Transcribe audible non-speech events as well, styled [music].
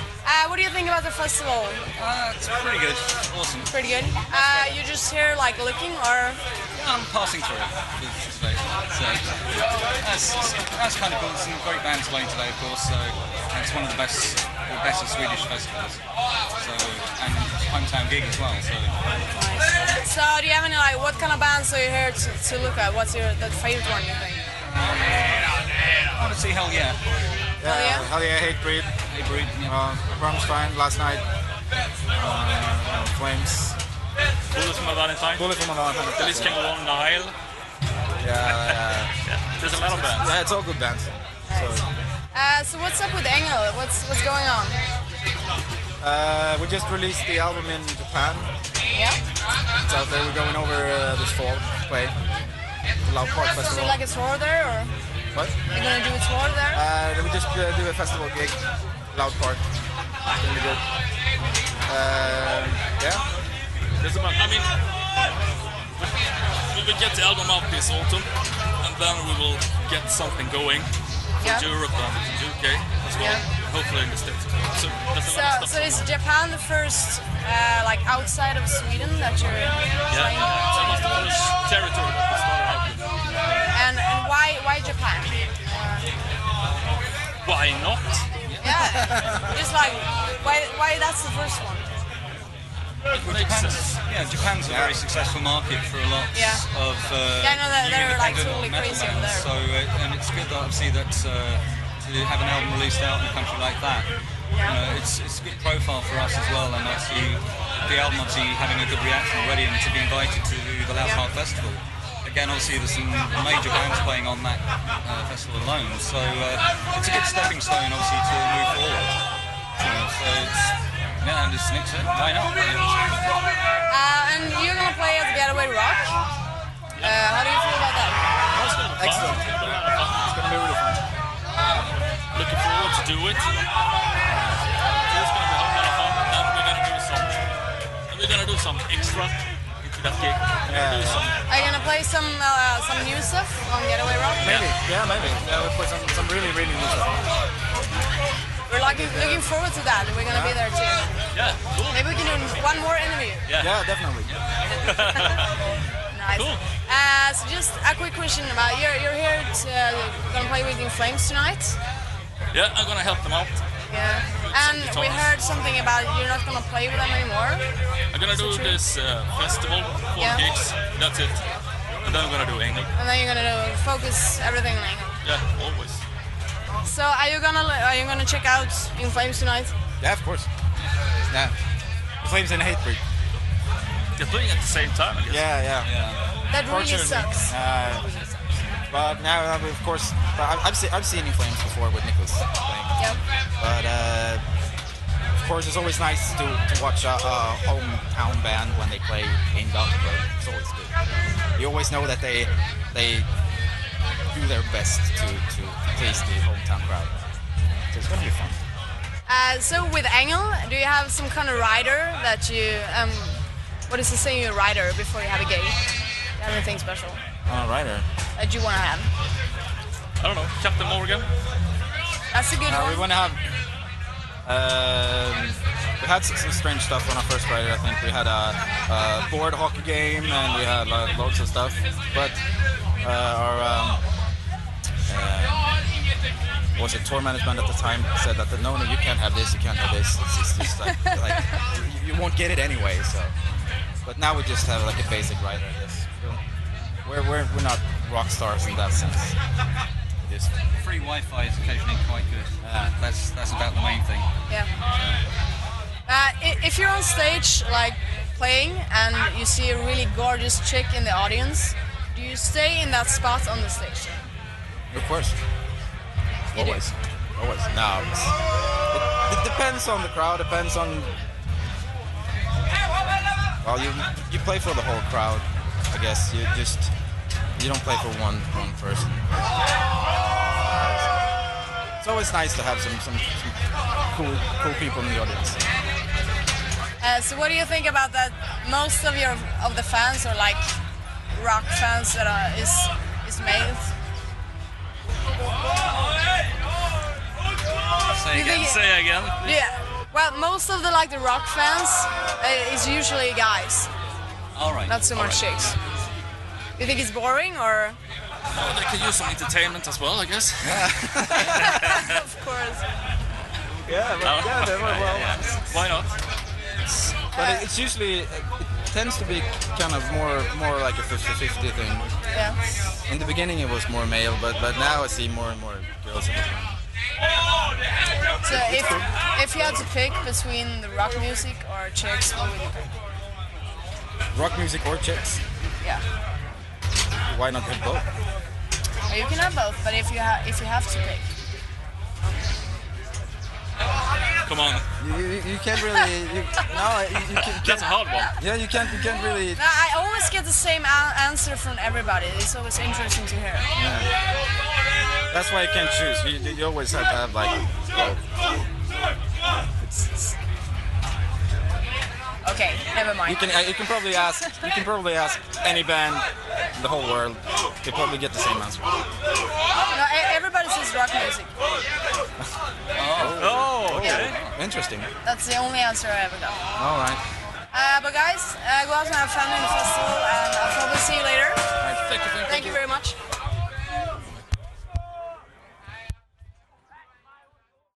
Uh, what do you think about the festival? Uh, it's pretty good. Awesome. Pretty good. Uh, you're just here like looking or? I'm passing through it today. So that's, that's kind of cool. Some great bands playing today, of course. So and it's one of the best, the best of Swedish festivals. So and hometown gig as well. So So do you have any like what kind of bands are you here to, to look at? What's your the favorite one you think? honestly, hell yeah. Hell yeah. Hell yeah, Hatebreed, Hey, Breed. Yeah. uh, Rammstein last night, uh, Flames, Bullet for my Valentine. Bullet for Manhattan. The list can go on. Nile. Yeah, yeah, There's a lot of bands. yeah, it's all good bands. So, Uh, so what's up with Engel? What's what's going on? uh, we just released the album in Japan. Yeah. It's out there. We're going over uh, this fall to play the Loud Is Park it Festival. like a tour there or What? you're gonna do a tour there? Uh, then we just uh, do a festival gig, Loud Park. It's gonna be good. Um, yeah. There's a bunch. I mean, we will get the album out this autumn, and then we will get something going for Yeah. Europe and UK as well. Yeah. Hopefully in the States. So that's a So, lot of so stuff. is Japan the first uh, like outside of Sweden that you're yeah. playing? It's almost the first territory that we started out with. And, and why why Japan? Why not? Yeah. Just like why why that's the first one? It makes sense. Yeah, Japan's a very successful market for a lot Yeah. of. Uh, Yeah, I know that new they're, like, independent totally metal crazy over bands. there. So uh, and it's good that obviously that uh, to have an album released out in a country like that. You Yeah. know, it's it's a good profile for us as well, and obviously the album obviously having a good reaction already, and to be invited to the Loud Yeah. Park Festival. Again, obviously there's some major bands playing on that uh, festival alone, so uh, it's a good stepping stone obviously to move forward. You know, so it's yeah, and it's an excellent- Why not? Uh, and you're gonna play at the Getaway Rock. Uh, how do you feel about that? Excellent. It's gonna be really fun. Looking forward to do it. It's gonna be a whole lot of fun, and we're gonna do some. And we're gonna do some extra into that gig. We're gonna do Yeah. some. Are you gonna play some uh, some new stuff on Getaway Rock? Maybe. Yeah, maybe. Yeah, we play some, some really, really new stuff. We're looking looking forward to that. We're gonna be there too. Yeah, cool. Maybe we can do one more interview. Yeah, definitely. Nice. Cool. Uh, so just a quick question about you're you're here to uh, gonna play with In Flames tonight. Yeah, I'm gonna help them out. Yeah. And we heard something about you're not gonna play with them anymore. I'm gonna do this uh, festival, four Yeah. gigs. That's it. And then I'm gonna do Engel. And then you're gonna focus everything on Engel. Yeah, always. So are you gonna are you gonna check out In Flames tonight? Yeah, of course. Yeah. Flames and Hatebreed. They're playing at the same time, I guess. Yeah, yeah. That really Fortunately. sucks. Uh, but now, uh, of course, but I- I've, seen, I've seen you Flames before with Nicholas playing. Yep. But uh, of course, it's always nice to, to watch a, a hometown band when they play in Gothenburg. It's always good. You always know that they they do their best to, to please the hometown crowd. So it's gonna be fun. Uh, so with Engel, do you have some kind of rider that you um, what is the thing you rider before you have a gig? Do you have Anything special All right. uh, that you wanna have? I don't know, Captain Morgan. That's a good Uh, we one. want to have. Um, we had some, some strange stuff on our first ride. I think we had a, a board hockey game and we had lo- loads of stuff. But uh, our um, uh, was it tour management at the time said that no, no, you can't have this, you can't have this. It's, it's just like, like you, you won't get it anyway. So, but now we just have like a basic rider. I guess we're we're, we're not rock stars in that sense. Just, Free Wi-Fi is occasionally quite good. Uh, that's that's about the main thing. Yeah. Uh, i- if you're on stage, like playing, and you see a really gorgeous chick in the audience, do you stay in that spot on the stage? of course. You do. Always. Always. No. It's, it, it depends on the crowd. Depends on. Well, you you play for the whole crowd, I guess. You just you don't play for one one person. It's always nice to have some some, some cool cool people in the audience. Uh, so what do you think about that? Most of your of the fans are like rock fans that are is is males. Say You again. think- Say again. Yeah. Well, Well, most of the like the rock fans uh, is usually guys, All right. not so all much right. chicks. You think it's boring or? Oh, they could use some entertainment as well, I guess. [laughs] of course. Yeah, but, [laughs] [laughs] yeah, they were, well, Why not? but it's usually it tends to be kind of more more like a 50-50 thing. Yeah. In the beginning, it was more male, but but now I see more and more girls. So if if you had to pick between the rock music or chicks, what would you pick? Rock music or chicks? Yeah. Why not have both? Or you can have both, but if you ha- if you have to pick. Come on. You, you, you can't really. You, no, you, you can, That's a hard one. yeah, you can't. You can't really. No, I always get the same a- answer from everybody. It's always interesting to hear. That's why you can't choose. You, you always have to have like. Okay, never You mind. can. uh, You can probably ask. You can probably ask any band, in the whole world. They probably get the same answer. No, e- everybody says rock music. Oh, okay. Interesting. That's the only answer I ever got. All right. Uh, but guys, uh, go out and have fun in the festival, and I'll